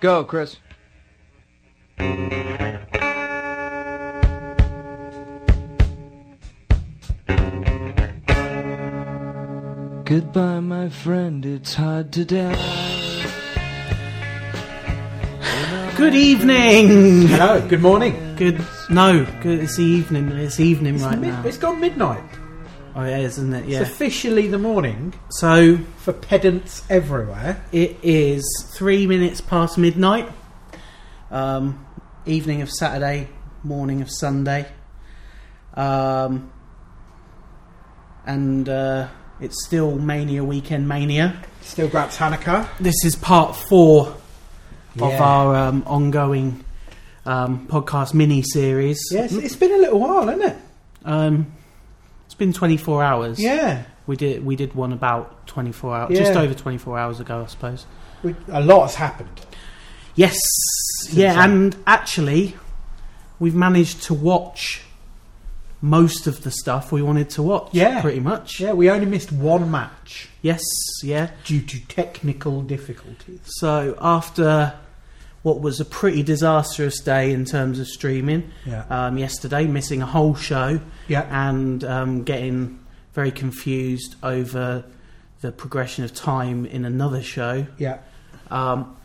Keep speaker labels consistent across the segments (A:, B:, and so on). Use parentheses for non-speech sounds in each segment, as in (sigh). A: Go, Chris. Goodbye, my friend, it's hard to die.
B: Good evening.
C: Hello, good morning.
B: Good. No, good, it's the evening. It's evening right
C: Mid-
B: now.
C: it's gone midnight.
B: Oh, it is, isn't it? Yeah.
C: It's officially the morning
B: so
C: for pedants everywhere.
B: it is three minutes past midnight. Um, evening of Saturday, morning of Sunday. Um, and uh, it's still Mania Weekend Mania.
C: Still grabs Hanukkah.
B: This is part four of
C: Yeah.
B: our um, ongoing um, podcast mini series.
C: Yes, it's been a little while, hasn't it?
B: Um, it's been 24 hours.
C: Yeah,
B: We did we did one about 24 hours,
C: Yeah.
B: just over 24 hours ago, I suppose.
C: we, a lot has happened.
B: Yes. yeah,
C: then.
B: and actually, we've managed to watch most of the stuff we wanted to watch.
C: Yeah.
B: pretty much.
C: Yeah, we only missed one match
B: Yes. Yeah.
C: due to technical difficulties.
B: So after what was a pretty disastrous day in terms of streaming
C: Yeah,
B: um, yesterday, missing a whole show
C: yeah,
B: and um, getting very confused over the progression of time in another show.
C: yeah.
B: um,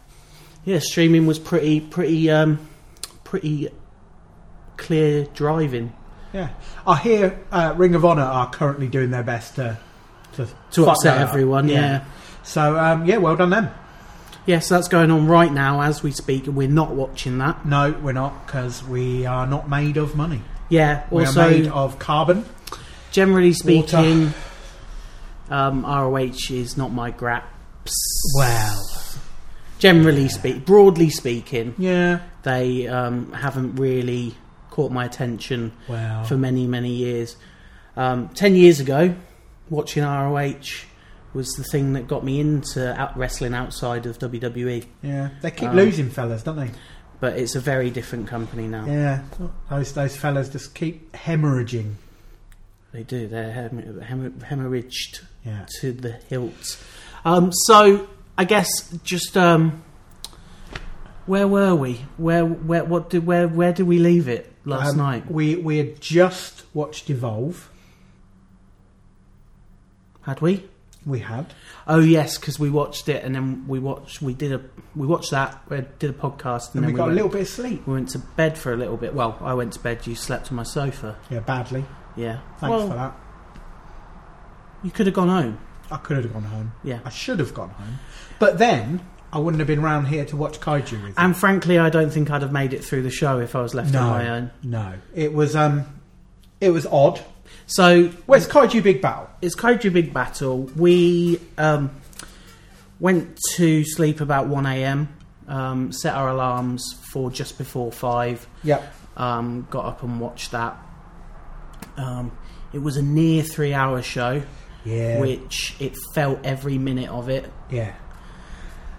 B: yeah, streaming was pretty, pretty, um, pretty clear driving
C: Yeah, I hear uh, Ring of Honor are currently doing their best to to,
B: to
C: fuck
B: upset
C: that up.
B: everyone. Yeah.
C: So um, yeah, well done them.
B: yeah, So that's going on right now as we speak, and we're not watching that.
C: No, we're not because we are not made of money.
B: Yeah.
C: we are made
B: Also,
C: of carbon.
B: generally speaking, um, ROH is not my grap.
C: Well,
B: Generally speak, broadly speaking,
C: yeah,
B: they um, haven't really caught my attention
C: well,
B: for many, many years. Um, ten years ago, watching ROH was the thing that got me into out- wrestling outside of WWE.
C: Yeah, they keep
B: Um,
C: losing fellas, don't they?
B: But it's a very different company now.
C: Yeah, those those fellas just keep hemorrhaging.
B: They do. They're hem- hem- hemorrhaged
C: Yeah,
B: to the hilt. Um, so I guess just um, where were we? Where where what did where where did we leave it last
C: Um,
B: night?
C: we we had just watched Evolve.
B: Had we?
C: We had
B: Oh yes, because we watched it and then we watched we did a we watched that we did a podcast and,
C: and
B: then
C: we got a
B: went-
C: little bit of sleep.
B: We went to bed for a little bit. Well, I went to bed. You slept on my sofa.
C: Yeah, badly.
B: Yeah.
C: Thanks
B: well,
C: for that.
B: you could have gone home.
C: I could have gone home.
B: Yeah.
C: I should have gone home, but then I wouldn't have been round here to watch Kaiju with. you.
B: And frankly, I don't think I'd have made it through the show if I was left
C: no,
B: on my own.
C: no, it was um, it was odd.
B: So
C: Where's Kaiju Big Battle?
B: it's Kaiju Big Battle. We um, went to sleep about one a.m. Um, set our alarms for just before five.
C: Yep.
B: Um, got up and watched that. Um, it was a near three-hour show,
C: Yeah,
B: which it felt every minute of it.
C: yeah,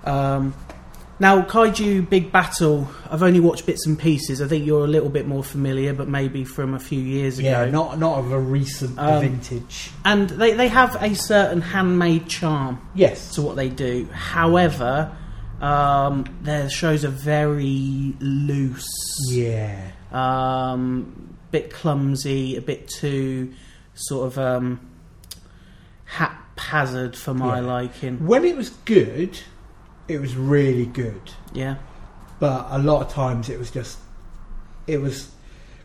B: Um, now, Kaiju Big Battle, I've only watched bits and pieces. I think you're a little bit more familiar, but maybe from a few years ago.
C: yeah. Not not of a recent
B: Um,
C: vintage.
B: and they, they have a certain handmade charm
C: Yes.
B: to what they do. However, um, their shows are very loose,
C: Yeah.
B: um, bit clumsy, a bit too sort of um, haphazard for my
C: Yeah.
B: liking.
C: When it was good, it was really good.
B: Yeah.
C: But a lot of times it was just, it was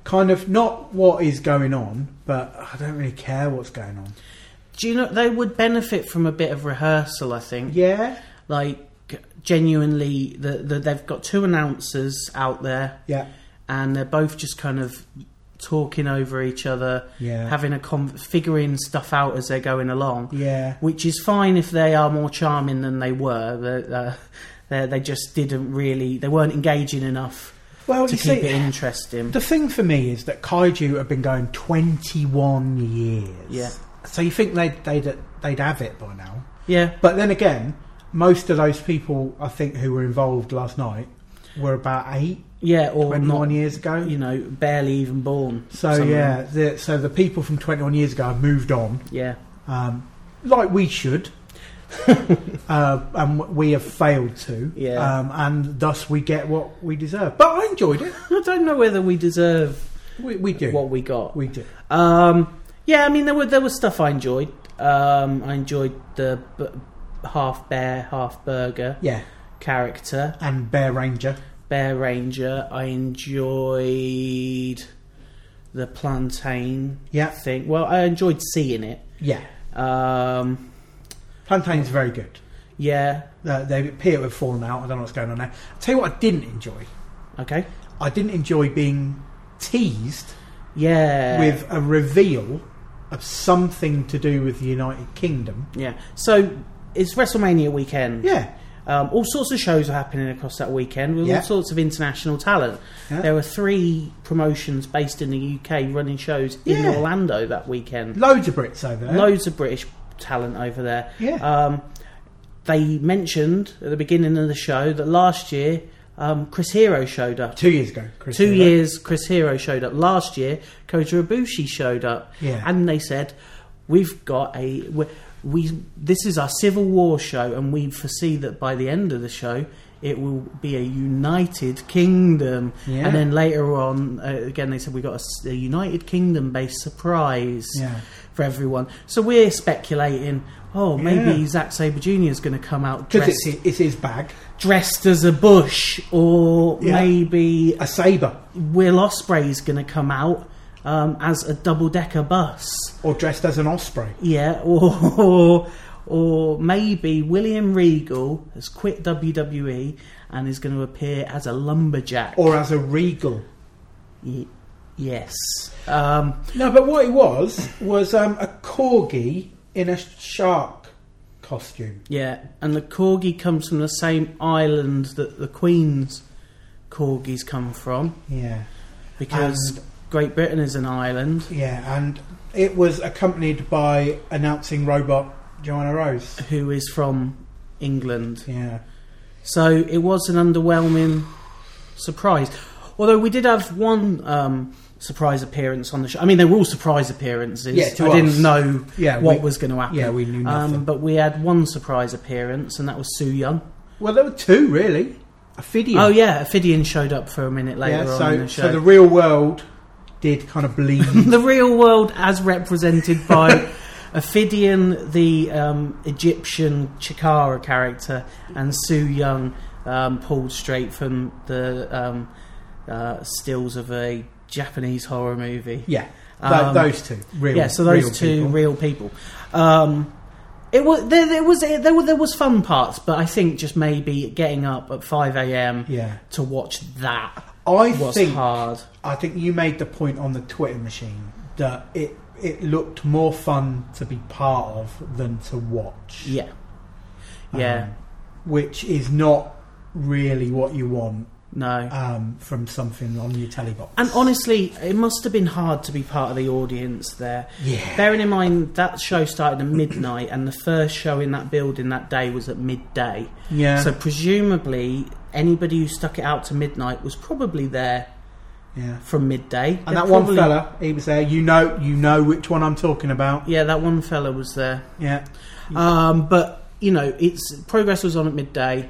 C: kind of not what is going on, but I don't really care what's going on.
B: Do you know they would benefit from a bit of rehearsal? I think.
C: Yeah.
B: like genuinely the, the, they've got two announcers out there
C: Yeah.
B: and they're both just kind of talking over each other
C: Yeah.
B: having a con- figuring stuff out as they're going along
C: yeah.
B: which is fine if they are more charming than they were but, uh, they, they just didn't really they weren't engaging enough
C: Well,
B: to
C: you
B: keep it
C: see,
B: interesting
C: the thing for me is that Kaiju have been going 21 years.
B: Yeah.
C: So you think they'd, they'd, they'd have it by now.
B: yeah
C: But then again, most of those people, I think, who were involved last night were about eight,
B: yeah or
C: 21
B: not
C: years ago.
B: you know barely even born
C: So
B: Some of
C: yeah,
B: them.
C: the, so the people from 21 years ago have moved on,
B: yeah (laughs)
C: um, like we should. uh, and w- we have failed to.
B: Yeah.
C: Um, and thus we get what we deserve. But I enjoyed it.
B: I don't know whether we deserve
C: We, we do.
B: what we got.
C: we do.
B: Um, yeah, I mean there were there was stuff I enjoyed. Um, I enjoyed the b- half bear, half burger
C: Yeah.
B: character,
C: And Bear Ranger.
B: bear ranger. I enjoyed the plantain
C: Yeah.
B: thing. Well, I enjoyed seeing it.
C: Yeah.
B: Um,
C: Plantain's very good.
B: yeah.
C: Uh, they appear to have fallen out. I don't know what's going on there. I'll tell you what I didn't enjoy.
B: Okay.
C: I didn't enjoy being teased
B: Yeah.
C: with a reveal of something to do with the United Kingdom.
B: yeah. So it's WrestleMania weekend.
C: Yeah.
B: Um, all sorts of shows are happening across that weekend with
C: Yeah.
B: all sorts of international talent.
C: Yeah.
B: There were three promotions based in the UK running shows in
C: Yeah.
B: Orlando that weekend.
C: Loads of Brits over there.
B: Loads of British talent over there.
C: Yeah.
B: Um, they mentioned at the beginning of the show that last year um, Chris Hero showed up.
C: Two years ago. Chris
B: Two
C: Hero.
B: years Chris Hero showed up. Last year Kota Ibushi showed up.
C: Yeah.
B: And they said, we've got a... We, we this is our civil war show, and we foresee that by the end of the show, it will be a united kingdom.
C: Yeah.
B: And then later on, uh, again, they said we got a s- a, united kingdom based surprise
C: Yeah.
B: for everyone. So we're speculating. Oh, maybe
C: Yeah.
B: Zack Saber Jr. is going to come out
C: Because
B: dressed,
C: it's, it's his bag.
B: dressed as a bush, or
C: Yeah.
B: maybe
C: A sabre.
B: Will Osprey's going to come out um, as a double decker bus.
C: Or dressed as an osprey.
B: Yeah, (laughs) or, or or maybe William Regal has quit WWE and is going to appear as a lumberjack.
C: Or as a regal.
B: Y- yes. Um,
C: No, but what it was, was um, a corgi in a shark costume.
B: yeah, and the corgi comes from the same island that the Queen's corgis come from
C: Yeah.
B: because Great Britain is an island.
C: Yeah, and it was accompanied by announcing robot Joanna Rose.
B: Who is from England?
C: Yeah.
B: So it was an underwhelming surprise. Although we did have one um, surprise appearance on the show. I mean, they were all surprise appearances.
C: Yeah, to
B: I
C: us.
B: didn't know
C: Yeah,
B: what
C: we-
B: was going to happen.
C: yeah, we knew nothing.
B: Um, but we had one surprise appearance, and that was Sue Young.
C: Well, there were two, really. A video.
B: Oh yeah, Ophidian showed up for a minute later
C: yeah,
B: on
C: so,
B: in the show.
C: so the real world did kind of bleed.
B: the real world as represented by (laughs) Ophidian, the um, Egyptian Chikara character, and Sue Young, um, pulled straight from the um, uh, stills of a Japanese horror movie.
C: yeah, tho-
B: Um,
C: those two. Real,
B: yeah, so those
C: real
B: two
C: people.
B: real people. Um, it was there, there was eh, there were there was fun parts, but I think just maybe getting up at five a.m.
C: Yeah.
B: to watch that
C: I
B: was
C: think
B: hard.
C: I think you made the point on the Twitter machine that it it looked more fun to be part of than to watch.
B: Yeah, yeah,
C: Um, which is not really what you want
B: no.
C: um, from something on your telly box.
B: And honestly, it must have been hard to be part of the audience there.
C: Yeah.
B: Bearing in mind that show started at midnight, and the first show in that building that day was at midday.
C: yeah.
B: So presumably, anybody who stuck it out to midnight was probably there
C: yeah.
B: from midday. They're
C: And that one
B: probably-
C: fella, he was there. You know, you know which one I'm talking about.
B: Yeah, that one fella was there.
C: Yeah.
B: Um, but you know, it's progress was on at midday,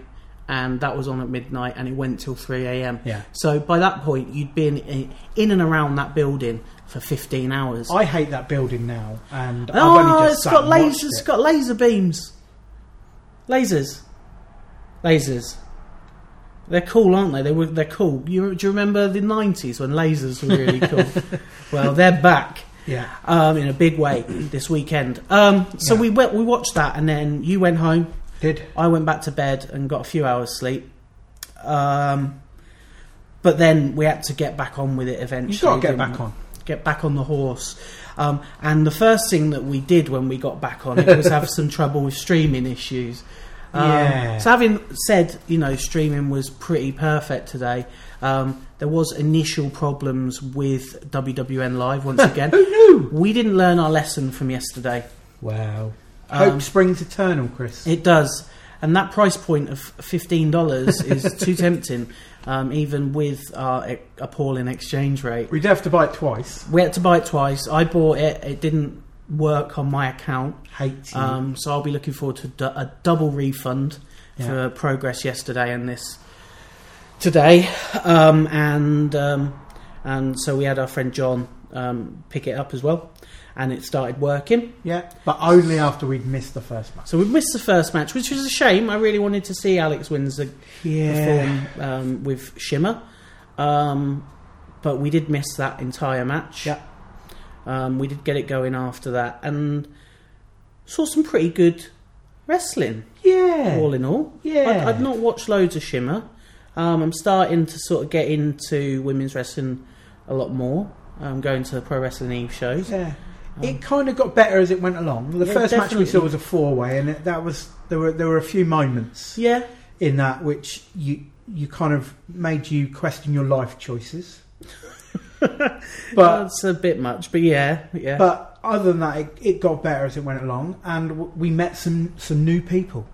B: and that was on at midnight, and it went till three a.m.
C: Yeah.
B: So by that point, you'd been in, in and around that building for fifteen hours.
C: I hate that building now, and I've
B: Oh,
C: only just
B: it's
C: sat
B: got
C: and watched
B: lasers. It's
C: it.
B: got laser beams. Lasers. Lasers. They're cool, aren't they? They were. They're cool. You, do you remember the nineties when lasers were really cool?
C: (laughs)
B: well, they're back
C: Yeah,
B: um, in a big way this weekend. Um, so
C: Yeah.
B: we went, we watched that, and then you went home.
C: did
B: I went back to bed and got a few hours sleep. Um, but then we had to get back on with it eventually.
C: you got to get
B: didn't
C: back
B: we?
C: on?
B: get back on the horse. Um, and the first thing that we did when we got back on it was
C: (laughs)
B: have some trouble with streaming issues. Um,
C: Yeah.
B: So having said, you know, streaming was pretty perfect today. Um, there was initial problems with WWN Live
C: (laughs)
B: once again.
C: Who knew?
B: we didn't learn our lesson from yesterday.
C: Wow.
B: Um,
C: Hope springs eternal, Chris.
B: It does, and that price point of fifteen dollars is
C: (laughs)
B: too tempting, um, even with our e- appalling exchange rate.
C: We'd have to buy it twice.
B: We had to buy it twice. I bought it. It didn't work on my account.
C: Hate you.
B: Um, so I'll be looking forward to du- a double refund
C: Yeah.
B: for progress yesterday and this today. Um, and um, and so we had our friend John um, pick it up as well, and it started working.
C: yeah, but only after we'd missed the first match.
B: So we missed the first match, which was a shame. I really wanted to see Alex Windsor perform um, with Shimmer, um, but we did miss that entire match.
C: Yeah.
B: Um, we did get it going after that, and saw some pretty good wrestling.
C: yeah,
B: all in all.
C: Yeah.
B: I'd, I'd not watched loads of Shimmer. Um, I'm starting to sort of get into women's wrestling a lot more. I'm going to the Pro Wrestling Eve shows.
C: yeah. Um, it kind of got better as it went along. The
B: Yeah,
C: first match we saw
B: definitely.
C: was a four-way, and it, that was there were there were a few moments
B: Yeah,
C: in that which you you kind of made you question your life choices. (laughs) but
B: that's a bit much, but yeah, yeah.
C: But other than that, it, it got better as it went along, and w- we met some some new people.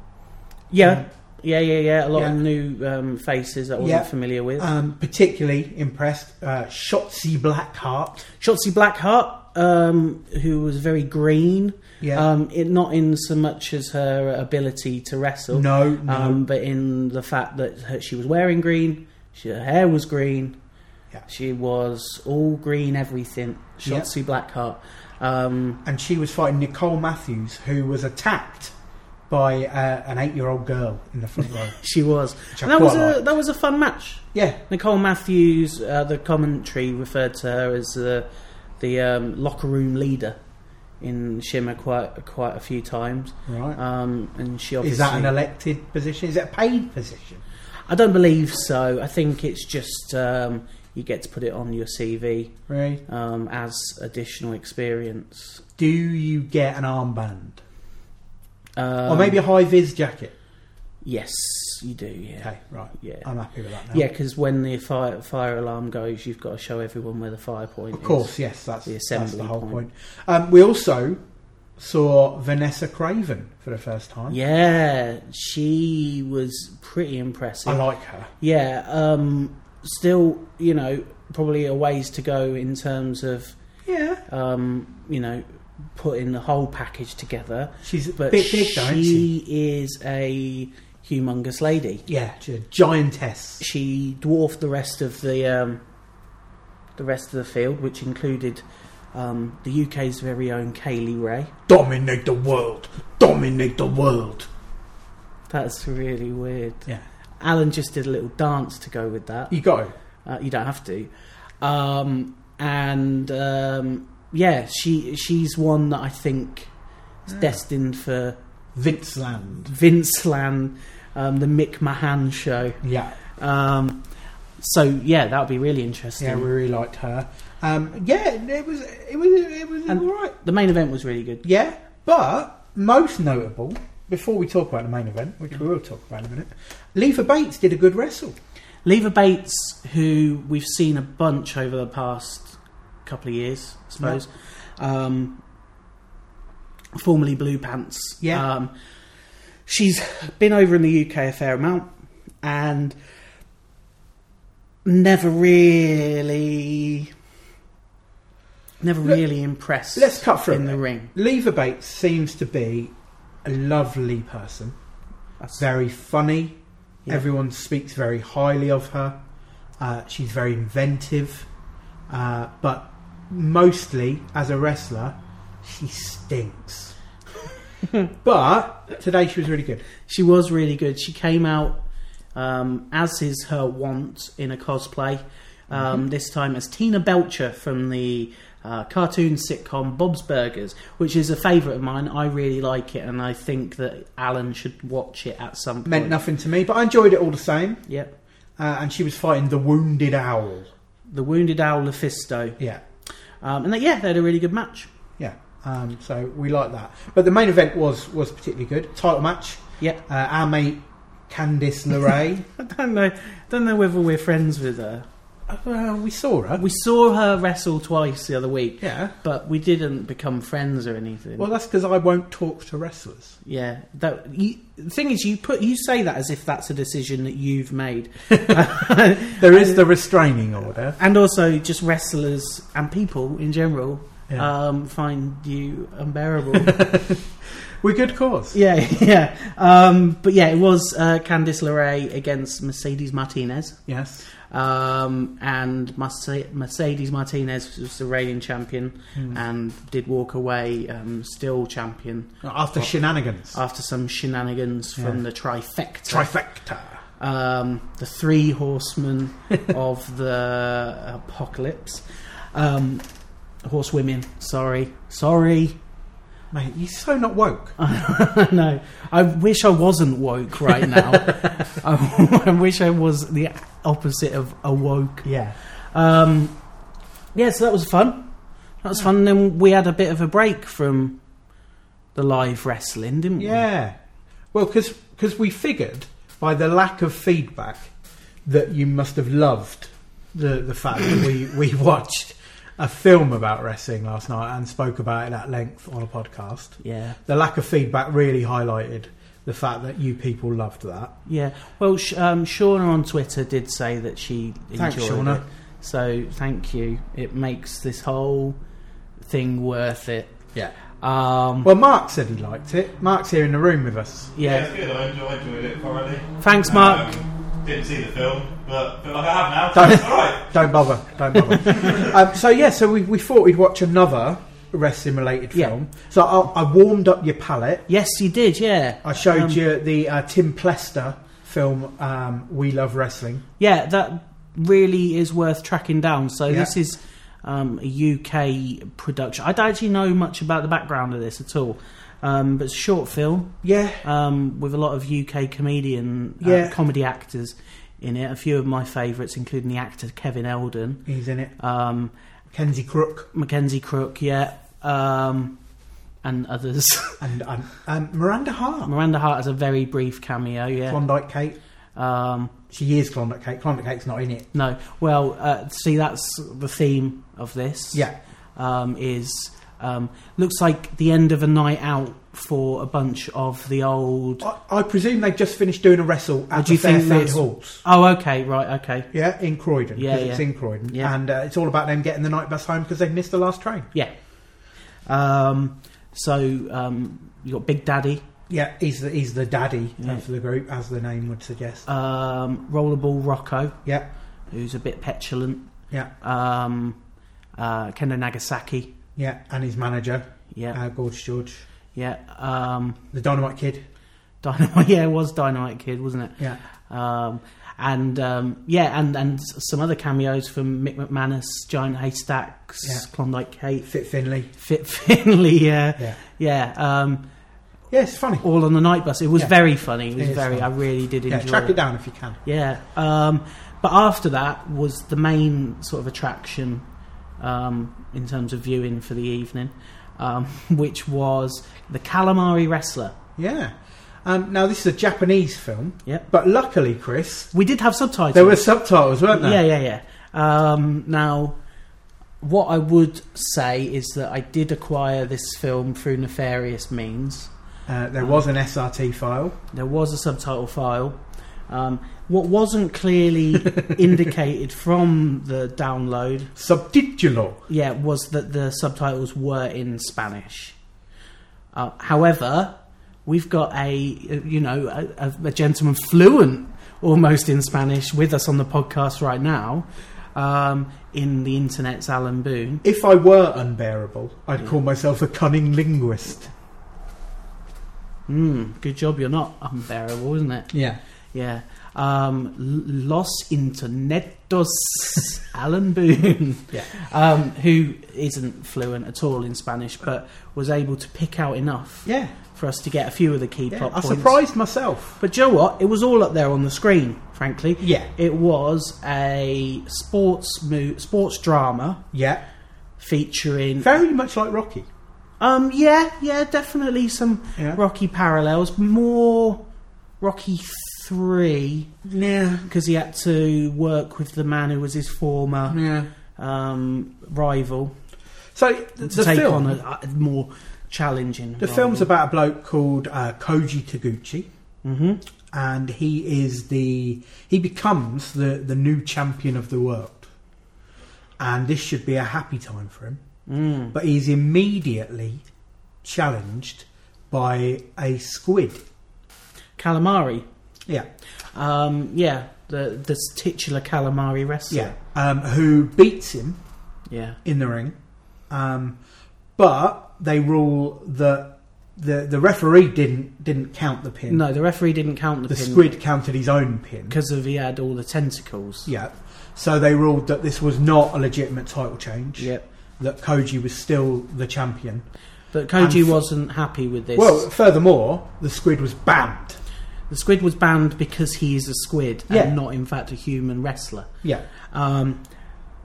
B: yeah, yeah, yeah, yeah. A lot of
C: um, Yeah.
B: new um, faces that I wasn't
C: Yeah.
B: familiar with.
C: Um, particularly impressed, uh, Shotzi Blackheart.
B: Shotzi Blackheart, um, who was very green.
C: Yeah,
B: Um, it, not in so much as her ability to wrestle,
C: no, no,
B: um, but in the fact that her, she was wearing green, she, her hair was green,
C: Yeah.
B: she was all green everything.
C: Yeah.
B: Shotzi Blackheart. Um,
C: and she was fighting Nicole Matthews, who was attacked by uh, an eight-year-old girl in the front
B: (laughs)
C: row.
B: she was.
C: Which I
B: And that was
C: quite
B: a
C: liked.
B: that was a fun match.
C: Yeah,
B: Nicole Matthews, uh, the commentary referred to her as uh, the um, locker room leader in Shimmer quite quite a few times,
C: right.
B: um, and she obviously
C: is that an elected position? Is it a paid position?
B: I don't believe so. I think it's just um, you get to put it on your CV.
C: Right.
B: um, as additional experience.
C: Do you get an armband
B: Um,
C: or maybe a high vis jacket?
B: yes, you do. Yeah,
C: Okay, right.
B: yeah,
C: I'm happy with that now.
B: yeah. Because when the fire fire alarm goes, you've got to show everyone where the fire point.
C: Of course, yes, that's
B: The
C: that's the,
B: assembly
C: whole
B: point.
C: point. Um, we also saw Vanessa Craven for the first time.
B: Is. Yeah, she was pretty impressive.
C: I like her.
B: yeah, um, still, you know, probably a ways to go in terms of,
C: Yeah,
B: um, you know, putting the whole package together.
C: she's a
B: But
C: bit big,
B: she
C: though, isn't she?
B: is a humongous lady.
C: Yeah, she's a giantess.
B: she dwarfed the rest of the um, the rest of the field, which included um, the UK's very own Kaylee Ray.
C: Dominate the world. Dominate the world.
B: That's really weird.
C: Yeah.
B: Alan just did a little dance to go with that.
C: You got her.
B: Uh, you don't have to. Um, and um, yeah, she she's one that I think
C: Hmm.
B: is destined for
C: Vince Land.
B: Vince Land, um, the Mick Mahan show.
C: Yeah,
B: Um, so yeah, that would be really interesting.
C: yeah, we really liked her. Um, yeah, it was it was it was
B: And-
C: all right.
B: the main event was really good.
C: Yeah, but most notable before we talk about the main event, which we will talk about in a minute, Leva Bates did a good wrestle.
B: Leva Bates, who we've seen a bunch over the past couple of years, I suppose. Um, formerly Blue Pants.
C: Yeah.
B: Um, she's been over in the UK a fair amount and never really. Never
C: Let-
B: really impressed
C: let's cut through
B: in
C: it.
B: the ring.
C: Leva Bates seems to be a lovely person.
B: That's-
C: Very funny.
B: Yeah.
C: Everyone speaks very highly of her. Uh, she's very inventive. Uh, but mostly, as a wrestler, she (laughs) stinks. but today she was really good.
B: She was really good. She came out um, as is her want in a cosplay. Um,
C: Mm-hmm.
B: This time as Tina Belcher from the uh, cartoon sitcom Bob's Burgers, which is a favourite of mine. I really like it, and I think that Alan should watch it at some point.
C: Meant nothing to me, but I enjoyed it all the same.
B: Yep.
C: Uh, and she was fighting the wounded owl.
B: The Wounded Owl Lefisto.
C: Yeah,
B: Um, and they, yeah, they had a really good match.
C: yeah. Um, so we like that. But the main event was was particularly good. Title match.
B: Yep. (laughs)
C: Uh, our mate Candice (laughs) LeRae.
B: I don't know, don't know whether we're friends with her.
C: well, Uh, we saw her.
B: We saw her wrestle twice the other week,
C: yeah.
B: but we didn't become friends or anything.
C: Well, that's because I won't talk to (laughs) wrestlers.
B: Yeah, that you, the thing is, you put you say that as if that's a decision that you've
C: (laughs)
B: made, (laughs)
C: There is the restraining order.
B: and also just wrestlers and people in general
C: Yeah.
B: um, find you unbearable.
C: (laughs)
B: (laughs)
C: We're good cause.
B: yeah, yeah. Um, but yeah, it was uh, Candice LeRae against Mercedes Martinez.
C: Yes.
B: Um, and Merce- Mercedes Martinez was the reigning champion
C: Hmm. Uh,
B: and did walk away um, still champion
C: After shenanigans.
B: after some shenanigans from
C: Yeah.
B: the trifecta.
C: Trifecta.
B: um, the three horsemen of the apocalypse. Um, horsewomen, sorry. Sorry. (laughs)
C: Mate, you're so not woke.
B: no, I wish I wasn't woke right now. (laughs) I, I wish I was the opposite of awoke.
C: Yeah.
B: Um, yeah, so that was fun. That was fun. And then we had a bit of a break from the live wrestling, didn't we?
C: (laughs) Yeah. Well, because we figured by the lack of feedback that you must have loved the, the fact that (coughs) we, we watched a film about wrestling last night and spoke about it at length on a podcast.
B: Yeah.
C: The lack of feedback really highlighted the fact that you people loved that.
B: Yeah. Well, Sh- um, Shauna on Twitter did say that she enjoyed
C: Thanks, Shauna.
B: it. So thank you. It makes this whole thing worth it.
C: Yeah.
B: Um,
C: Well, Mark said he liked it. Mark's here in the room with us.
D: Yeah,
B: yeah.
D: it's good. I enjoyed, I enjoyed it thoroughly.
B: Thanks, Mark.
D: Um, didn't see the film, but, but like I have now.
C: Don't-
D: so it's all right.
C: Don't bother.
B: (laughs)
C: Don't bother. um, so yeah, so we, we thought we'd watch another wrestling related
B: Yeah.
C: film. So I, I warmed up your palate.
B: Yes, you did. Yeah.
C: I showed
B: Um,
C: you the uh, Tim Plester film, um, We Love Wrestling.
B: Yeah, that really is worth tracking down. So
C: Yeah.
B: this is um, a UK production. I don't actually know much about the background of this at all. Um, but it's a short film
C: Yeah,
B: um, with a lot of UK comedian uh,
C: Yeah.
B: comedy actors in it. A few of my favourites, including the actor Kevin Eldon.
C: he's in it.
B: um,
C: Kenzie Crook
B: Mackenzie Crook, yeah, um, and others. (laughs)
C: and um, um, Miranda Hart.
B: Miranda Hart has a very brief cameo, yeah.
C: Klondike Kate.
B: Um,
C: She is Klondike Kate. Klondike Kate's not in it.
B: no, well, uh, see, that's the theme of this.
C: Yeah,
B: um, is um, looks like the end of a night out for a bunch of the old.
C: I, I presume they just finished doing a wrestle at
B: do you
C: the
B: think
C: Fairfield
B: that's-
C: Halls.
B: Oh, okay, right, okay,
C: Yeah, in Croydon.
B: Yeah,
C: 'cause it's
B: yeah.
C: in Croydon,
B: Yeah.
C: and uh, it's all about them getting the night bus home because they missed the last train.
B: yeah. Um, so um, you got Big Daddy,
C: Yeah, he's the, he's the daddy
B: Yeah.
C: of the group, as the name would suggest.
B: um, Rollerball Rocco,
C: yeah,
B: who's a bit petulant.
C: yeah,
B: um, uh, Kendo Nagasaki.
C: yeah, and his manager,
B: Yeah,
C: uh, Gorge George,
B: yeah. Um, (laughs)
C: the Dynamite Kid.
B: Dynamite. Yeah, it was Dynamite Kid, wasn't it?
C: Yeah,
B: Um, and um, yeah, and and s- some other cameos from Mick McManus, Giant Haystacks,
C: Yeah.
B: Klondike Kate,
C: Fit Finley.
B: Fit (laughs) Finley. Yeah,
C: Yeah,
B: yeah. Um,
C: yeah, it's funny.
B: all on the night bus. It was
C: Yeah.
B: very funny. It was
C: It is
B: very.
C: funny.
B: I really did
C: Yeah,
B: enjoy.
C: track it down if you can.
B: Yeah. Um, but after that was the main sort of attraction um, in terms of viewing for the evening, um, (laughs) which was the Calamari Wrestler.
C: Yeah. Um, now this is a Japanese film.
B: Yep.
C: But luckily, Chris,
B: We did have subtitles.
C: there were subtitles, weren't there?
B: Yeah, yeah, yeah. Um, now, what I would say is that I did acquire this film through nefarious means.
C: Uh, there was an SRT file.
B: There was a subtitle file. Um, what wasn't
C: (laughs)
B: clearly indicated from the download
C: Subtitulo.
B: yeah, was that the subtitles were in Spanish. Uh, however, we've got a uh, you know a, a- a gentleman fluent almost in Spanish with us on the podcast right now. Um, in the internet's Alan Boone.
C: If I were unbearable, I'd call myself a cunning linguist.
B: Mm, good job, you're not unbearable, isn't it?
C: Yeah.
B: Yeah. Um, L- Los Internetos (laughs) Alan Boone,
C: Yeah.
B: um, who isn't fluent at all in Spanish, but was able to pick out enough
C: Yeah.
B: for us to get a few of the key
C: yeah.
B: plot
C: I
B: points.
C: surprised myself.
B: But you know what? It was all up there on the screen. Frankly,
C: Yeah.
B: it was a sports mo- sports drama
C: Yeah.
B: featuring.
C: Very much like Rocky.
B: um, yeah, yeah, definitely some
C: Yeah.
B: Rocky parallels. More Rocky three
C: Yeah.
B: because he had to work with the man who was his former
C: Yeah.
B: um, rival
C: So th-
B: to
C: Mm. the
B: take
C: film,
B: on a, a more challenging.
C: the film's about a bloke called uh, Koji Taguchi.
B: hmm
C: and he is the he becomes the the new champion of the world and this should be a happy time for him
B: Mm.
C: but he's immediately challenged by a squid.
B: Calamari.
C: Yeah,
B: Um, yeah, the the titular calamari wrestler.
C: yeah. Um, who beats him
B: Yeah.
C: in the ring, um, but they rule that the the referee didn't didn't count the pin.
B: No, the referee didn't count the,
C: the
B: pin
C: squid counted his own pin.
B: because of he had all the tentacles.
C: Yeah. So they ruled that this was not a legitimate title change.
B: Yep.
C: That Koji was still the champion.
B: But Koji
C: And f-
B: wasn't happy with this.
C: Well, furthermore, the squid was banned.
B: the squid was banned because he is a squid
C: Yeah.
B: and not, in fact, a human wrestler.
C: Yeah.
B: Um,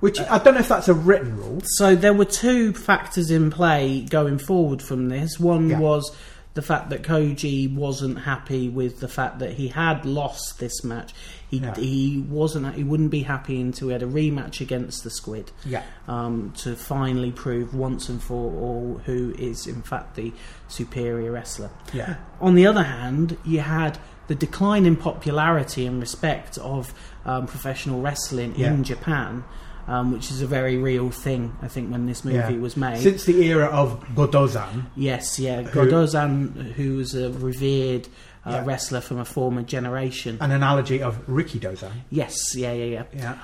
C: Which I don't know if that's a written rule.
B: So there were two factors in play going forward from this. One
C: Yeah.
B: was the fact that Koji wasn't happy with the fact that he had lost this match. He
C: Yeah.
B: he wasn't he wouldn't be happy until he had a rematch against the Squid
C: Yeah.
B: um, to finally prove once and for all who is in fact the superior wrestler.
C: Yeah.
B: (laughs) On the other hand, you had the decline in popularity and respect of um, professional wrestling
C: Yeah.
B: in Japan, um, which is a very real thing, I think, when this movie
C: Yeah.
B: was made.
C: Since the era of Godozan,
B: yes, yeah.
C: Who-
B: Godozan, who was a revered uh,
C: Yeah. Uh,
B: wrestler from a former generation.
C: an analogy of Ricky Dozan.
B: yes, yeah, yeah,
C: Yeah.
B: yeah.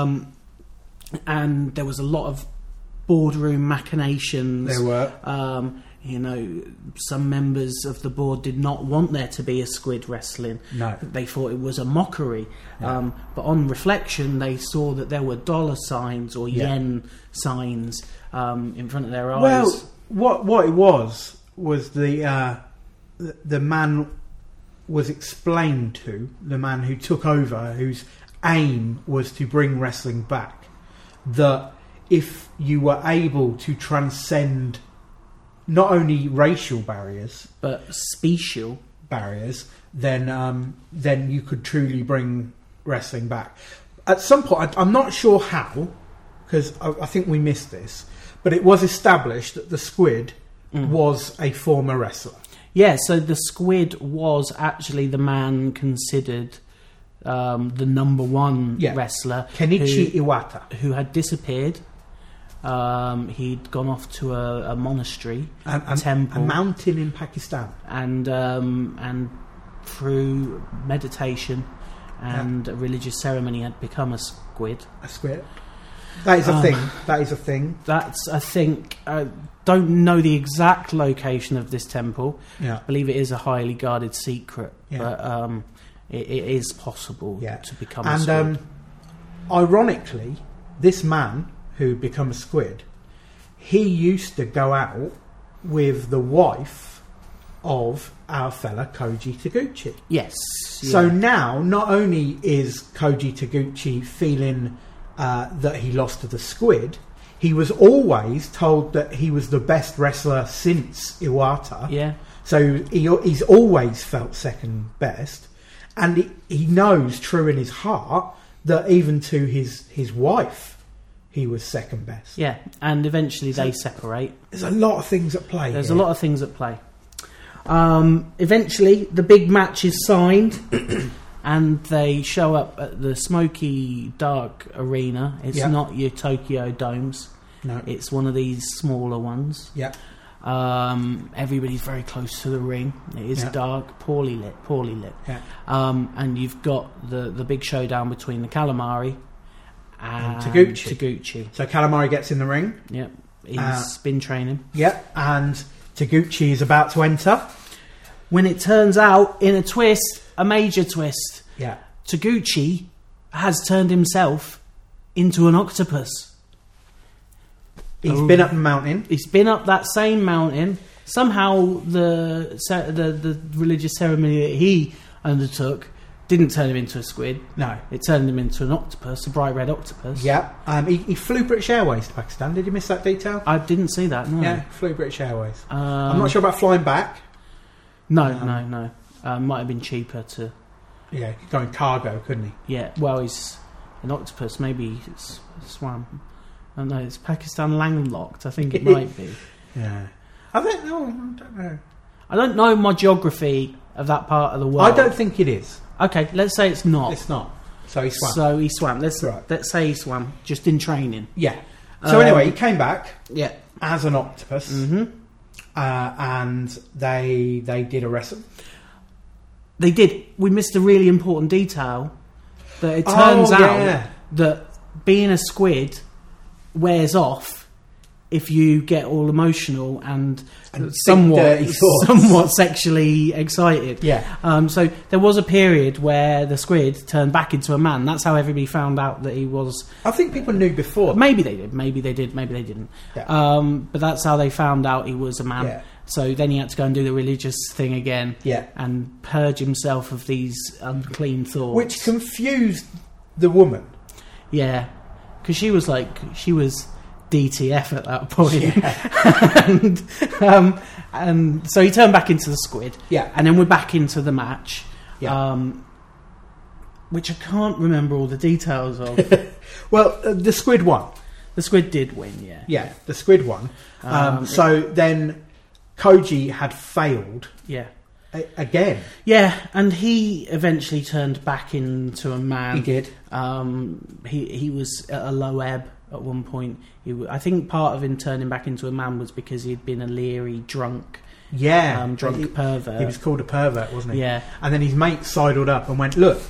B: Um, and there was a lot of boardroom machinations.
C: There were.
B: Um, you know, some members of the board did not want there to be a squid wrestling.
C: No.
B: They thought it was a mockery.
C: Yeah.
B: Um, but on reflection, they saw that there were dollar signs or
C: Yeah.
B: yen signs um, in front of their eyes.
C: Well, what what it was was the uh, the the man was explained to the man who took over, whose aim was to bring wrestling back. That if you were able to transcend not only racial barriers
B: but special.
C: barriers, then um, then you could truly bring wrestling back. At some point, I, I'm not sure how, because I, I think we missed this, but it was established that the Squid
B: Mm.
C: was a former wrestler.
B: Yeah, so the squid was actually the man considered um, the number one
C: Yeah.
B: wrestler. who-
C: Kenichi Iwata.
B: who had disappeared. Um, he'd gone off to a, a monastery,
C: A, a- a
B: temple,
C: mountain in Pakistan.
B: and um, and through meditation and a religious ceremony, had become a squid.
C: A squid. That is a
B: Um,
C: thing. That is a thing.
B: That's, I think, I don't know the exact location of this temple.
C: Yeah.
B: I believe it is a highly guarded secret,
C: Yeah.
B: but um, it, it is possible
C: Yeah.
B: to become a
C: And
B: squid.
C: um, ironically, this man who become a squid, he used to go out with the wife of our fella Koji Taguchi.
B: yes.
C: So
B: yeah.
C: now, not only is Koji Taguchi feeling uh, that he lost to the squid, he was always told that he was the best wrestler since Iwata.
B: yeah.
C: So he, he's always felt second best, and he, he knows true in his heart that even to his his wife, he was second best.
B: Yeah, and eventually they separate.
C: There's a lot of things at play.
B: There's
C: here.
B: a lot of things at play. Um, eventually, the big match is
C: (coughs)
B: signed, and they show up at the smoky, dark arena. It's
C: Yeah.
B: not your Tokyo domes;
C: No.
B: it's one of these smaller ones.
C: yeah,
B: Um, everybody's very close to the ring. It is
C: Yeah.
B: dark, poorly lit, poorly lit,
C: yeah.
B: um, and you've got the the big showdown between the calamari and,
C: Taguchi.
B: Taguchi.
C: So Calamari gets in the ring.
B: Yep, he's
C: Uh,
B: been training.
C: Yep, and Taguchi is about to enter.
B: when it turns out in a twist, a major twist,
C: Yeah,
B: Taguchi has turned himself into an octopus.
C: he's
B: Oh.
C: been up the mountain.
B: He's been up that same mountain. Somehow the ce- the, the religious ceremony that he undertook didn't turn him into a squid.
C: No.
B: It turned him into an octopus, a bright red octopus.
C: Yeah, um, he, he flew British Airways to Pakistan. Did you miss that detail?
B: I didn't see that. No.
C: Yeah, flew British Airways.
B: Um,
C: I'm not sure about flying back.
B: No,
C: Um,
B: no, no. Uh, might have been cheaper to.
C: Yeah, going cargo, couldn't he?
B: Yeah, well, he's an octopus. Maybe it's a swam. I don't know. It's Pakistan landlocked. I think it might
C: (laughs)
B: be.
C: Yeah. I don't know. I don't know.
B: I don't know my geography of that part of the world.
C: I don't think it is.
B: Okay, let's say it's not.
C: It's not. So he swam.
B: So he swam. Let's
C: Right.
B: let's say he swam just in training.
C: yeah. So
B: Um,
C: anyway, he came back
B: Yeah.
C: as an octopus,
B: hmm
C: uh, and they they did a wrestle.
B: They did. We missed a really important detail that it
C: Oh,
B: turns out
C: yeah.
B: that being a squid wears off if you get all emotional and,
C: And think
B: somewhat
C: dirty thoughts. (laughs)
B: somewhat sexually excited.
C: Yeah,
B: Um, so there was a period where the squid turned back into a man. That's how everybody found out that he was.
C: I think people knew before.
B: Maybe they did. Maybe they did. Maybe they didn't.
C: Yeah.
B: Um, but that's how they found out he was a man.
C: Yeah.
B: So then he had to go and do the religious thing again
C: Yeah,
B: and purge himself of these unclean thoughts.
C: which confused the woman.
B: yeah, because she was like she was DTF at that point, (laughs) and um, and so he turned back into the squid,
C: Yeah,
B: and then we're back into the match.
C: Yeah.
B: Um, which I can't remember all the details of.
C: well, uh, the squid won.
B: the squid did win, yeah.
C: Yeah, the squid won. Um,
B: Um,
C: so then Koji had failed
B: Yeah.
C: a- again.
B: Yeah, and he eventually turned back into a man.
C: did.
B: Um, he he was at a low ebb at one point. He, w- I think part of him turning back into a man was because he'd been a leery drunk,
C: Yeah,
B: um, drunk
C: He,
B: pervert.
C: he was called a pervert, wasn't he?
B: yeah,
C: And then his mate sidled up and went, "Look,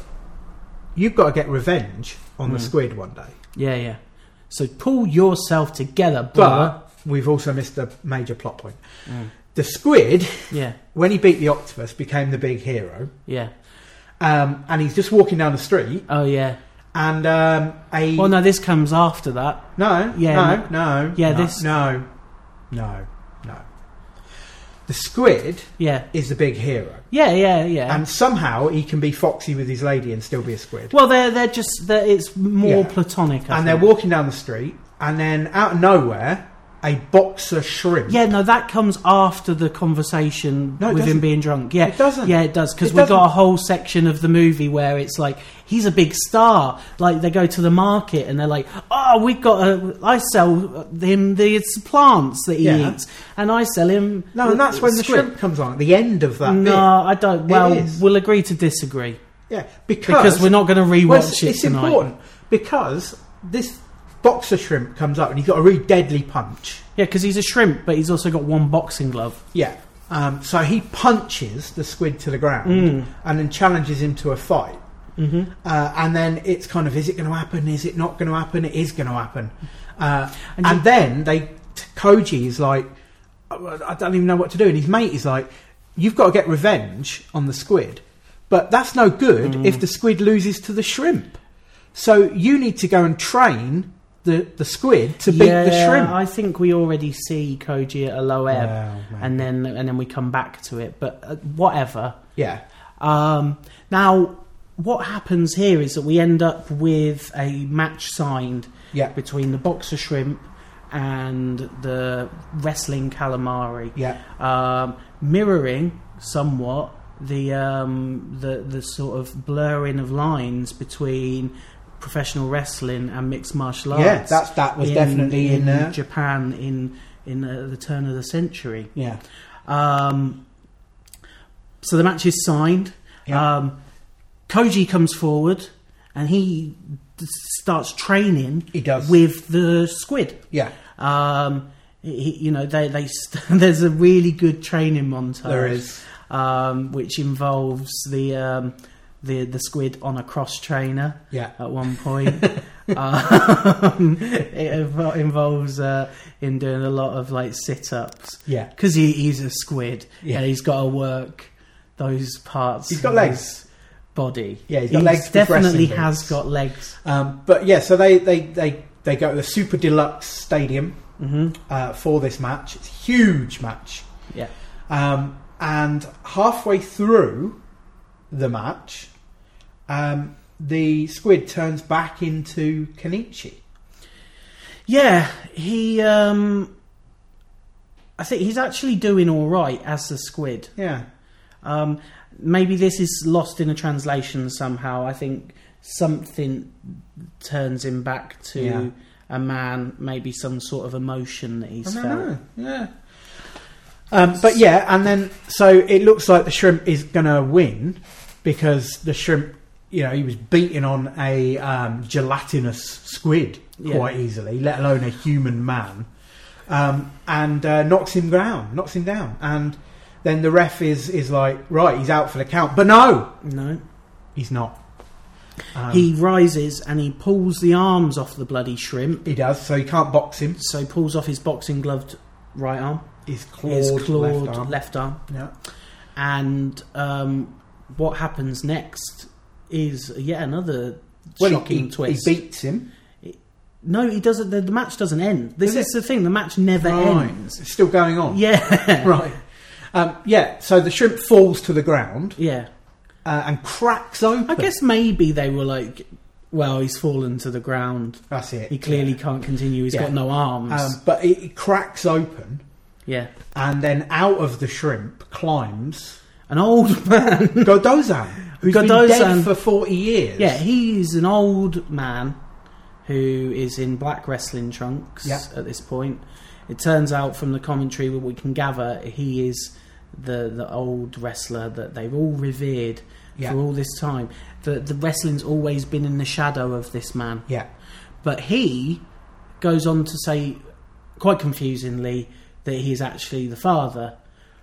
C: you've got to get revenge on the
B: Hmm.
C: squid one day."
B: yeah, yeah. So pull yourself together, brother.
C: But we've also missed a major plot point.
B: Mm.
C: The squid,
B: yeah,
C: when he beat the octopus, became the big hero.
B: yeah.
C: Um, and he's just walking down the street,
B: Oh yeah.
C: and um, a
B: Well, no, this comes after that.
C: no,
B: Yeah,
C: no, no,
B: Yeah,
C: no,
B: this-
C: no, no, no. The squid
B: Yeah,
C: is the big hero,
B: yeah, yeah, yeah.
C: and somehow he can be foxy with his lady and still be a squid.
B: well, they're they're just they're, it's more
C: Yeah.
B: platonic. I
C: and they're
B: think.
C: walking down the street, and then out of nowhere, a boxer shrimp.
B: Yeah, no, that comes after the conversation
C: No, it
B: with him
C: doesn't.
B: being drunk. Yeah,
C: It doesn't.
B: Yeah, it does because
C: It
B: we've
C: doesn't.
B: got a whole section of the movie where it's like he's a big star. Like they go to the market and they're like, "Oh, we got a. I sell him the plants that he
C: Yeah.
B: eats, and I sell him."
C: No, and that's when the
B: squid."
C: shrimp comes on at the end of that.
B: No, I don't. Well,
C: is.
B: we'll agree to disagree
C: bit. yeah, because,
B: because we're not going to rewatch
C: Well, it's,
B: it
C: it's
B: tonight.
C: important because this boxer shrimp comes up and he's got a really deadly punch.
B: Yeah, because he's a shrimp, but he's also got one boxing glove.
C: Yeah. Um, so he punches the squid to the ground
B: Mm.
C: and then challenges him to a fight.
B: hmm
C: Uh, and then it's kind of, is it going to happen? Is it not going to happen? It is going to happen. Uh,
B: And
C: and then they, Koji is like, "Oh, I don't even know what to do. And his mate is like, you've got to get revenge on the squid. But that's no good if the squid loses to the shrimp. So you need to go and train the, the squid to beat the
B: Yeah,
C: shrimp.
B: I think we already see Koji at a low ebb.
C: Wow, man.
B: and then and then we come back to it. But uh, whatever.
C: yeah.
B: Um, now, what happens here is that we end up with a match signed
C: Yeah.
B: between the boxer shrimp and the wrestling calamari,
C: Yeah.
B: um, mirroring somewhat the um, the the sort of blurring of lines between professional wrestling and mixed martial arts.
C: Yeah, that's, that was definitely in, uh, there.
B: Japan in in uh, the turn of the century.
C: Yeah.
B: Um, so the match is signed.
C: Yeah.
B: Um, Koji comes forward and he d- starts training
C: He does.
B: with the squid.
C: yeah.
B: Um, he, you know, they, they st- (laughs) there's a really good training montage.
C: There is.
B: um, which involves the um, the the squid on a cross trainer
C: Yeah.
B: at one
C: (laughs)
B: point. um, (laughs) it invo- involves uh, him doing a lot of like sit ups
C: Yeah.
B: because he, he's a squid
C: Yeah.
B: and he's got to work those parts.
C: He's got
B: of
C: legs.
B: his Body.
C: Yeah, he's got legs for
B: Definitely
C: wrestling
B: has
C: boots.
B: got legs.
C: Um, but yeah, so they, they, they, they go to the Super Deluxe Stadium
B: hmm
C: uh, for this match. It's a huge match.
B: Yeah.
C: Um, and halfway through the match, um, the squid turns back into Kenichi.
B: Yeah, he. Um, I think he's actually doing all right as the squid.
C: Yeah.
B: Um, maybe this is lost in a translation somehow. I think something turns him back to
C: Yeah.
B: a man. Maybe some sort of emotion that he's
C: I
B: felt.
C: don't know. Yeah. Um, but yeah, and then so it looks like the shrimp is gonna win because the shrimp, you know, he was beating on a um, gelatinous squid
B: Yeah.
C: quite easily, let alone a human man. um, and uh, knocks him down, knocks him down, and then the ref is is like, right, he's out for the count, but no,
B: No.
C: he's not. Um,
B: He rises and he pulls the arms off the bloody shrimp,
C: he does, so he can't box him.
B: so pulls off his boxing gloved right arm,
C: He's clawed,
B: his clawed
C: left arm.
B: left arm.
C: yeah.
B: And um, what happens next is yet another
C: Well, he-
B: shocking
C: he,
B: twist.
C: He beats him.
B: no, he doesn't. The, the match doesn't end. This
C: Is
B: is the thing. The match never ends.
C: It's still going on.
B: Yeah. (laughs)
C: Right. Um, yeah. So the shrimp falls to the ground
B: Yeah.
C: uh, and cracks open.
B: I guess maybe they were like, well, he's fallen to the ground.
C: that's it.
B: He clearly can't continue. He's
C: Yeah.
B: got no arms.
C: Um, but it, it cracks open,
B: yeah.
C: and then out of the shrimp climbs
B: An old man.
C: Godozan, who's been
B: Godozan.
C: dead for forty years.
B: yeah, he's an old man who is in black wrestling trunks
C: Yeah.
B: at this point. It turns out from the commentary what we can gather, he is the the old wrestler that they've all revered
C: Yeah.
B: for all this time. The the wrestling's always been in the shadow of this man.
C: yeah,
B: But he goes on to say, quite confusingly, that he is actually the father.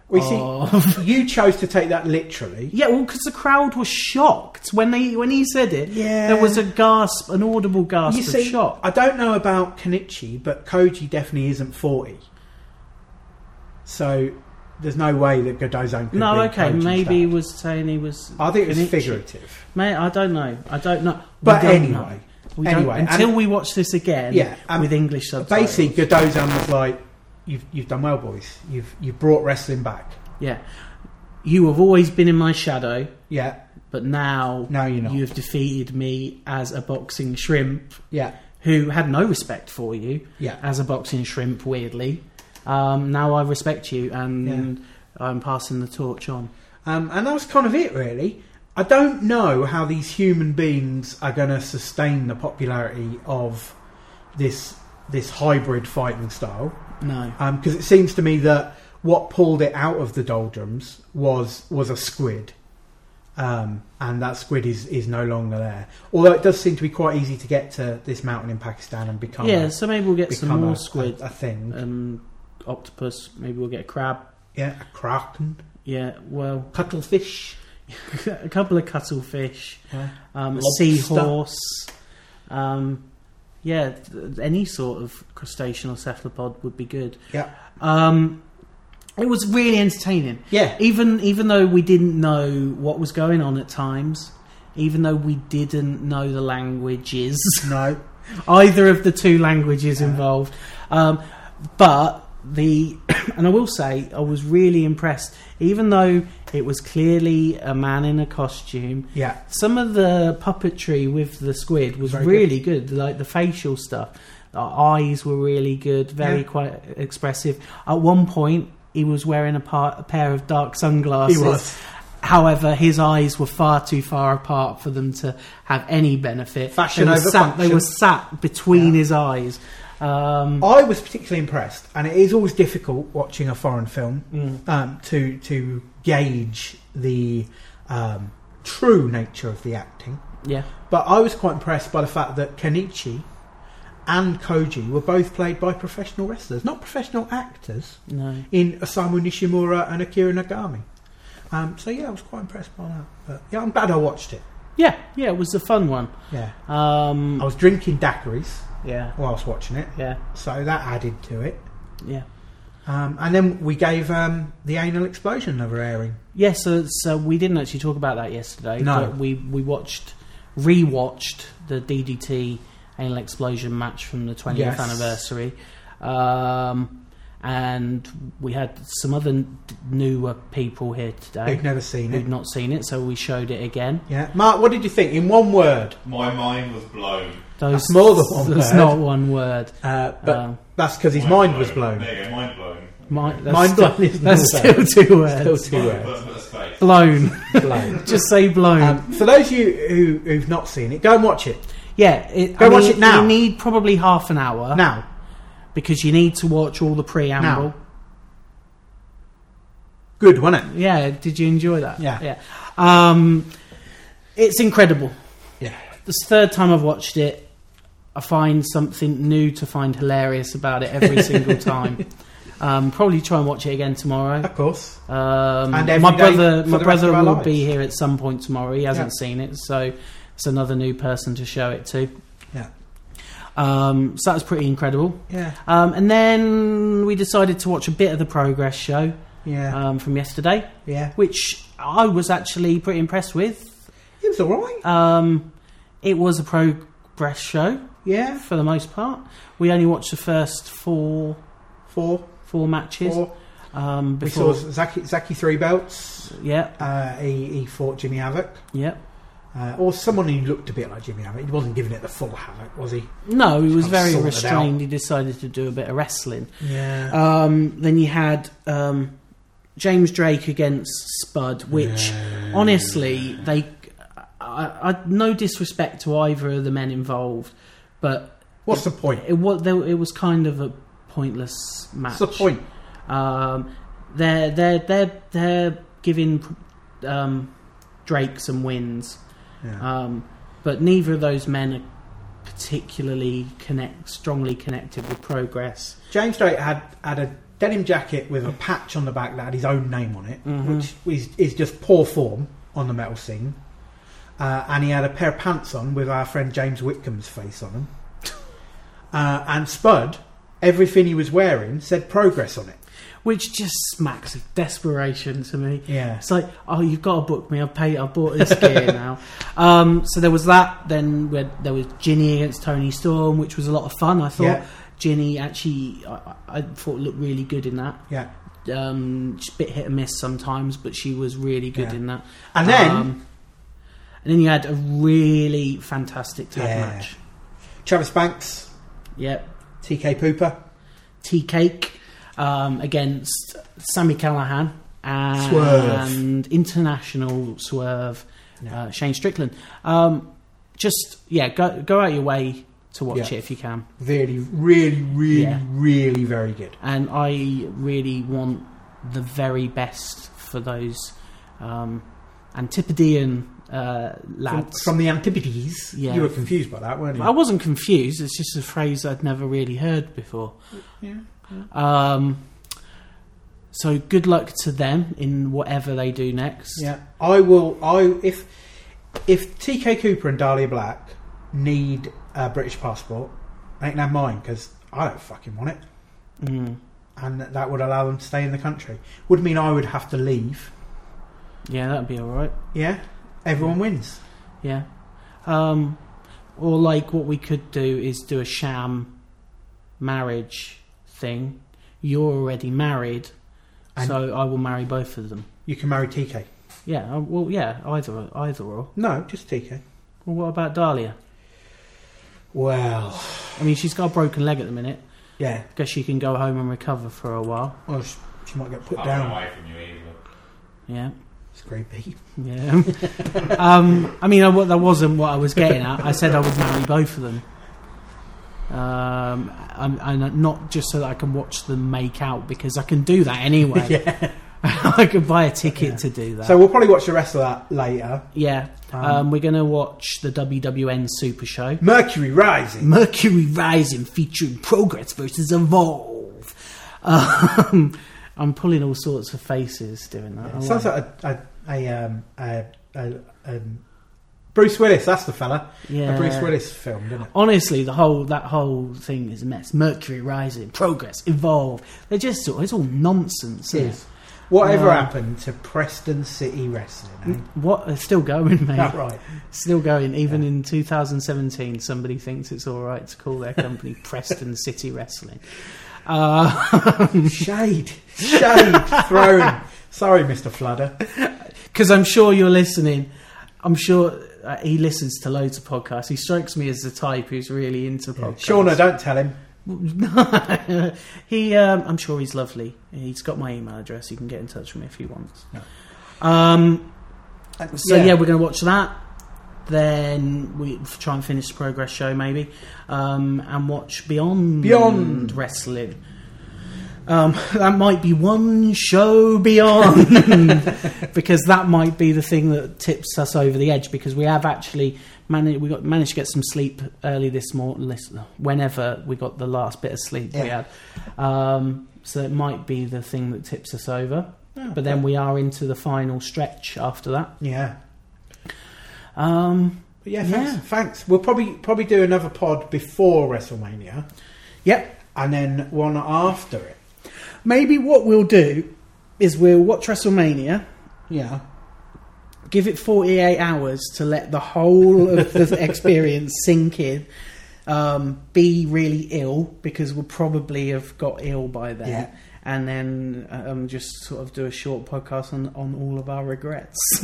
C: We
B: of... (laughs)
C: see you chose to take that literally.
B: Yeah, well, because the crowd was shocked when they when he said it.
C: Yeah.
B: there was a gasp, an audible gasp
C: You
B: of
C: see,
B: shock.
C: I don't know about Kenichi, but Koji definitely isn't forty. So there's no way that Godozan could
B: No,
C: be
B: okay,
C: Koji's
B: maybe he
C: dad.
B: was saying he was.
C: I think it was
B: Kenichi.
C: figurative.
B: Mate, I don't know. I don't know. We
C: But
B: don't
C: anyway.
B: know. we don't-
C: Anyway, and-
B: until we watch this again,
C: Yeah, um,
B: with English subtitles.
C: Basically, Godozan was like, "You've you've done well, boys. You've you've brought wrestling back.
B: yeah, you have always been in my shadow,
C: Yeah,
B: but now
C: Now you're not.
B: you have defeated me as a boxing shrimp
C: yeah,
B: who had no respect for you.
C: yeah."
B: as a boxing shrimp, weirdly. Um, now I respect you and I'm passing the torch on.
C: Um, and that was kind of it, really. I don't know how these human beings are going to sustain the popularity of this this hybrid fighting style,
B: No.
C: because Um, it seems to me that what pulled it out of the doldrums was was a squid, um, and that squid is is no longer there. Although it does seem to be quite easy to get to this mountain in Pakistan and become
B: yeah,
C: a,
B: so maybe we'll get some
C: become
B: more
C: a,
B: squid,
C: a, a thing.
B: um, octopus, maybe we'll get a crab.
C: yeah, a kraken,
B: Yeah, well,
C: cuttlefish,
B: (laughs) a couple of cuttlefish,
C: yeah.
B: um, a
C: Lobster.
B: seahorse. Um, yeah, th- any sort of crustacean or cephalopod would be good.
C: Yeah.
B: Um, it was really entertaining.
C: yeah.
B: even even though we didn't know what was going on at times even though we didn't know the languages (laughs)
C: No,
B: either of the two languages involved um, but the (clears throat) and i will say i was really impressed even though it was clearly a man in a costume
C: yeah,
B: some of the puppetry with the squid was
C: Very
B: really good. like the facial stuff. Our eyes were really good, very
C: Yeah.
B: quite expressive. At one point, he was wearing a, par- a pair of dark sunglasses.
C: he was.
B: However, his eyes were far too far apart for them to have any benefit.
C: Fashion
B: they were
C: over
B: sat, They were
C: function.
B: sat between
C: Yeah.
B: his eyes. Um,
C: I was particularly impressed, and it is always difficult watching a foreign film
B: mm,
C: um, to to gauge the um, true nature of the acting.
B: yeah,
C: But I was quite impressed by the fact that Kenichi and Koji were both played by professional wrestlers, not professional actors,
B: no.
C: in Osamu Nishimura and Akira Nagami. Um, so yeah, I was quite impressed by that. But yeah, I'm glad I watched it.
B: Yeah, yeah, it was a fun one.
C: Yeah, I
B: Um,
C: was drinking daiquiris
B: yeah,
C: whilst watching it,
B: yeah,
C: so that added to it.
B: yeah.
C: Um, and then we gave um, the anal explosion over airing.
B: Yeah, so, so we didn't actually talk about that yesterday.
C: No.
B: But we, we watched, rewatched the DDT Anal Explosion match from the 20th
C: Yes.
B: anniversary. Um, and we had some other n- newer people here today
C: They've never seen
B: who'd
C: it.
B: not seen it, so we showed it again.
C: Yeah, Mark, what did you think? In one word,
D: My mind was blown.
B: Those,
C: That's more than one
B: That's
C: word.
B: not one word.
C: uh, but
B: Um,
C: that's because his
D: My
C: mind was blown.
D: There you go, mind blown.
B: mi- that's
C: Mind
B: still-
C: blown is
B: That's
C: another
B: still two words.
C: Still two words.
D: Mind blown, but a space.
B: blown. (laughs)
C: Blown.
B: Just say blown.
C: Um, for those of you who, who've not seen it, go and watch it
B: yeah, it,
C: go
B: I
C: watch
B: mean,
C: it now.
B: You need probably half an hour.
C: now.
B: because you need to watch all the preamble.
C: Now. Good, wasn't it?
B: Yeah, did you enjoy that?
C: Yeah.
B: yeah. Um, it's incredible.
C: Yeah.
B: This third time I've watched it, I find something new to find hilarious about it every
C: (laughs)
B: single time. Um, probably try and watch it again tomorrow.
C: Of course.
B: Um,
C: And every
B: my
C: day
B: brother,
C: for
B: my
C: the rest
B: brother
C: of our
B: will
C: lives.
B: be here at some point tomorrow. He hasn't
C: Yeah.
B: seen it, so it's another new person to show it to.
C: Yeah.
B: Um, so that was pretty incredible.
C: Yeah.
B: Um, and then we decided to watch a bit of the Progress show
C: Yeah.
B: um, from yesterday,
C: yeah.
B: which I was actually pretty impressed with.
C: It was alright.
B: Um, it was a progress show
C: Yeah.
B: for the most part. We only watched the first four
C: Four.
B: four matches
C: Four.
B: um,
C: We
B: before.
C: saw Zaki, Zaki Three Belts.
B: Yeah,
C: Uh, he, he fought Jimmy Havoc.
B: yeah.
C: Uh, or someone who looked a bit like Jimmy Havoc. He wasn't giving it the full Havoc, was he?
B: No, he was
C: Kinda
B: very
C: sorted
B: restrained. He decided to do a bit of wrestling.
C: Yeah.
B: Um, then you had um, James Drake against Spud, which honestly, they. I, I, no disrespect to either of the men involved, but
C: What's the point?
B: it was there, it was kind of a pointless match.
C: What's the point?
B: Um, they're they're they're they're giving um, Drake some wins,
C: Yeah.
B: um, but neither of those men are particularly connect strongly connected with progress.
C: James Drake had had a denim jacket with a patch on the back that had his own name on it,
B: Mm-hmm.
C: which is, is just poor form on the metal scene. Uh, and he had a pair of pants on with our friend James Whitcomb's face on them. (laughs) Uh, and Spud, everything he was wearing said progress on it.
B: Which just smacks of desperation to me.
C: Yeah.
B: It's like, oh, you've got to book me. I've paid. I've bought this
C: (laughs)
B: gear now. Um, so there was that. Then we had, there was Ginny against Tony Storm, which was a lot of fun. I thought
C: Yeah.
B: Ginny actually, I, I- I thought looked really good in that.
C: Yeah.
B: Um, she's a bit hit and miss sometimes, but she was really good
C: Yeah.
B: in that.
C: And then
B: Um, and then you had a really fantastic tag
C: Yeah.
B: match.
C: Travis Banks,
B: Yep,
C: TK Pooper,
B: Tea Cake um, against Sammy Callahan and
C: Swerve.
B: international Swerve
C: Yeah.
B: uh, Shane Strickland. Um, just yeah, go go out your way to watch it
C: Yeah.
B: if you can.
C: really, really, really,
B: Yeah.
C: really very good.
B: And I really want the very best for those um, Antipodean uh,
C: From,
B: lads.
C: from the Antipodes,
B: Yeah.
C: you were confused by that, weren't you?
B: I wasn't confused. It's just a phrase I'd never really heard before.
C: yeah.
B: Um, so good luck to them in whatever they do next.
C: Yeah, I will. I if if TK Cooper and Dahlia Black need a British passport, they can have mine because I don't fucking want it,
B: Mm,
C: and that- that would allow them to stay in the country. Would mean I would have to leave.
B: yeah, that'd be all right.
C: Yeah, everyone wins.
B: Yeah. Um, or like what we could do is do a sham marriage thing. You're already married,
C: And-
B: so I will marry both of them.
C: You can marry TK.
B: Yeah. uh, Well, yeah. Either either or.
C: No, just TK.
B: Well, what about Dahlia?
C: Well,
B: I mean, she's got a broken leg at the minute.
C: yeah.
B: Guess she can go home and recover for a while.
C: Well, she, she might get put
D: Can't run
C: down.
D: away from you either.
B: Yeah.
C: It's creepy.
B: Yeah. (laughs) um, I mean, I, wa- that wasn't what I was getting at. I said I would marry both of them. Um, and, and not just so that I can watch them make out, because I can do that anyway.
C: (laughs) Yeah.
B: (laughs) I could buy a ticket
C: Yeah.
B: to do that.
C: So we'll probably watch the rest of that later.
B: yeah. Um,
C: Um,
B: we're going to watch the WWN Super Show.
C: Mercury Rising.
B: Mercury Rising featuring Progress versus
C: (laughs)
B: Evolve. Um, I'm pulling all sorts of faces doing that. I
C: It
B: like
C: sounds
B: it.
C: like a, a, a, um, a, a, um, Bruce Willis. That's the fella.
B: yeah.
C: a Bruce Willis film, didn't it?
B: Honestly, the whole that whole thing is a mess. Mercury rising, progress, evolve. They're just sort. It's all nonsense. Isn't
C: Yes. Whatever
B: Um,
C: happened to Preston City Wrestling?
B: it? What? It's still going,
C: Eh?
B: mate.
C: That right?
B: Still going. Even in 2017, somebody thinks it's all right to call their
C: (laughs)
B: company Preston City Wrestling. Uh, (laughs) Because
C: Shade, shade thrown. Sorry, Mister Flutter.
B: Oh, I'm sure you're listening. I'm sure uh, he listens to loads of podcasts. He strikes me as the type who's really into
C: Yeah.
B: podcasts.
C: Shauna, don't tell him.
B: No, (laughs) he. Um, I'm sure he's lovely. He's got my email address. You can get in touch with me if he wants. Um,
C: Uh,
B: so yeah. we're going to watch that. Then we f- try and finish the progress show maybe, um, and watch Beyond
C: Beyond.
B: Wrestling. Um, (laughs) that might be one show (laughs) beyond because that might be the thing that tips us over the edge because we have actually managed we got managed to get some sleep early this morning whenever we got the last bit of sleep we
C: Yeah.
B: had um, so it might be the thing that tips us over but then we are into the final stretch after that
C: Yeah.
B: um,
C: But yeah, thanks.
B: Yeah.
C: Thanks. We'll probably probably do another pod before WrestleMania,
B: yep
C: and then one after it.
B: maybe what we'll do is we'll watch WrestleMania
C: Yeah.
B: give it 48 hours to let the whole of the experience sink in um, be really ill because we'll probably have got ill by then
C: Yeah.
B: and then um, just sort of do a short podcast on, on all of our regrets
C: (laughs)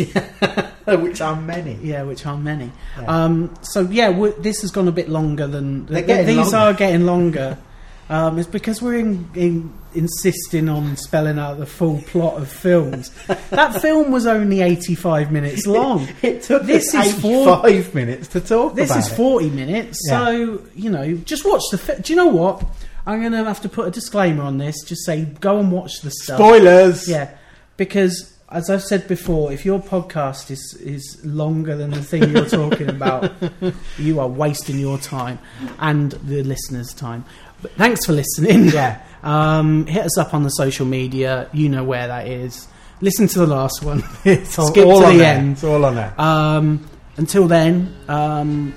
C: Which are many.
B: yeah which are many
C: Yeah.
B: um, so yeah we this has gone a bit longer than
C: They're
B: th-
C: getting
B: these
C: longer.
B: are getting longer um, it's because we're in, in, insisting on spelling out the full plot of
C: (laughs)
B: films that film was only 85 minutes long
C: It took
B: Oh. This
C: this
B: is
C: us
B: four-
C: five minutes to talk
B: This
C: about
B: is
C: it.
B: 40 minutes, so, you know, just watch the film. Do you know what? I'm going to have to put a disclaimer on this. Just say, go and watch the stuff.
C: Spoilers.
B: Yeah, because as I've said before, if your podcast is, is longer than the thing you're talking
C: (laughs)
B: about, you are wasting your time and the listeners' time. But thanks for listening.
C: Yeah.
B: (laughs) Um, hit us up on the social media. You know where that is. Listen to the last one.
C: (laughs) It's all,
B: Skip
C: all
B: to
C: on
B: the
C: there.
B: end.
C: It's all on there.
B: Um, until then, um,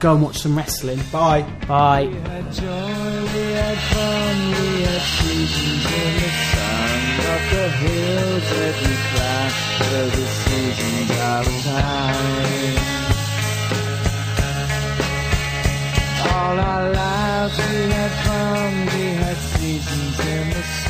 B: go and watch some wrestling.
C: Bye.
B: Bye.
A: We had joy, we had fun, we had seasons in the sun. Up the hills that we climbed, though the seasons out of time. All our lives we had fun, we had seasons in the